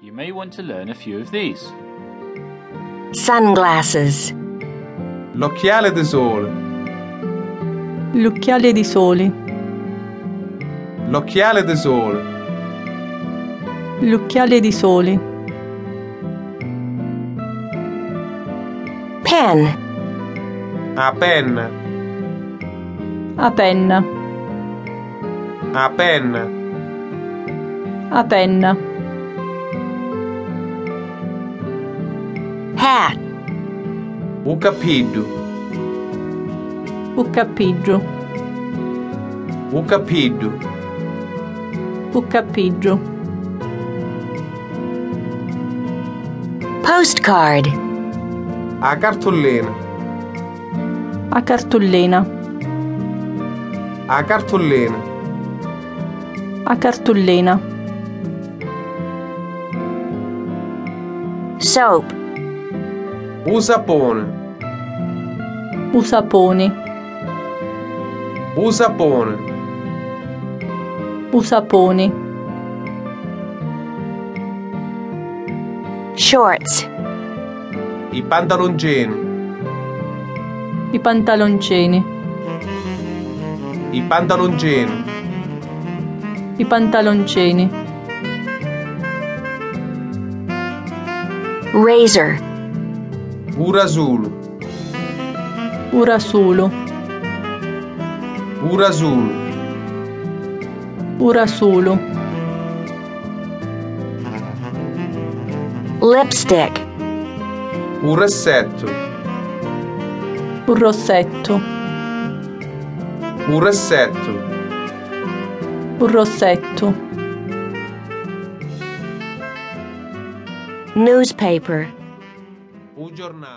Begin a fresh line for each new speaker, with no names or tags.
You may want to learn a few of these.
Sunglasses.
L'occhiale di sole.
L'occhiale di sole.
L'occhiale di sole.
L'occhiale di sole.
Pen.
A penna.
A penna.
A penna.
A penna.
Hat.
Un capiddu.
Uccappiggio.
Un capiddu.
Uccappiggio.
Postcard.
A cartollina.
A cartollena.
A cartollina.
A cartollena.
Soap.
Un sapone.
Usapone.
Un sapone.
Usapone.
Shorts.
I pantaloncini.
I pantaloncini.
I pantaloncini.
I pantaloncini.
Razor.
Un rasulo.
Un rasulo.
Un rasulo.
Un rasulo.
Lipstick.
Un rossetto.
Un rossetto.
Un rossetto.
Un rossetto.
Newspaper.
Un giornale.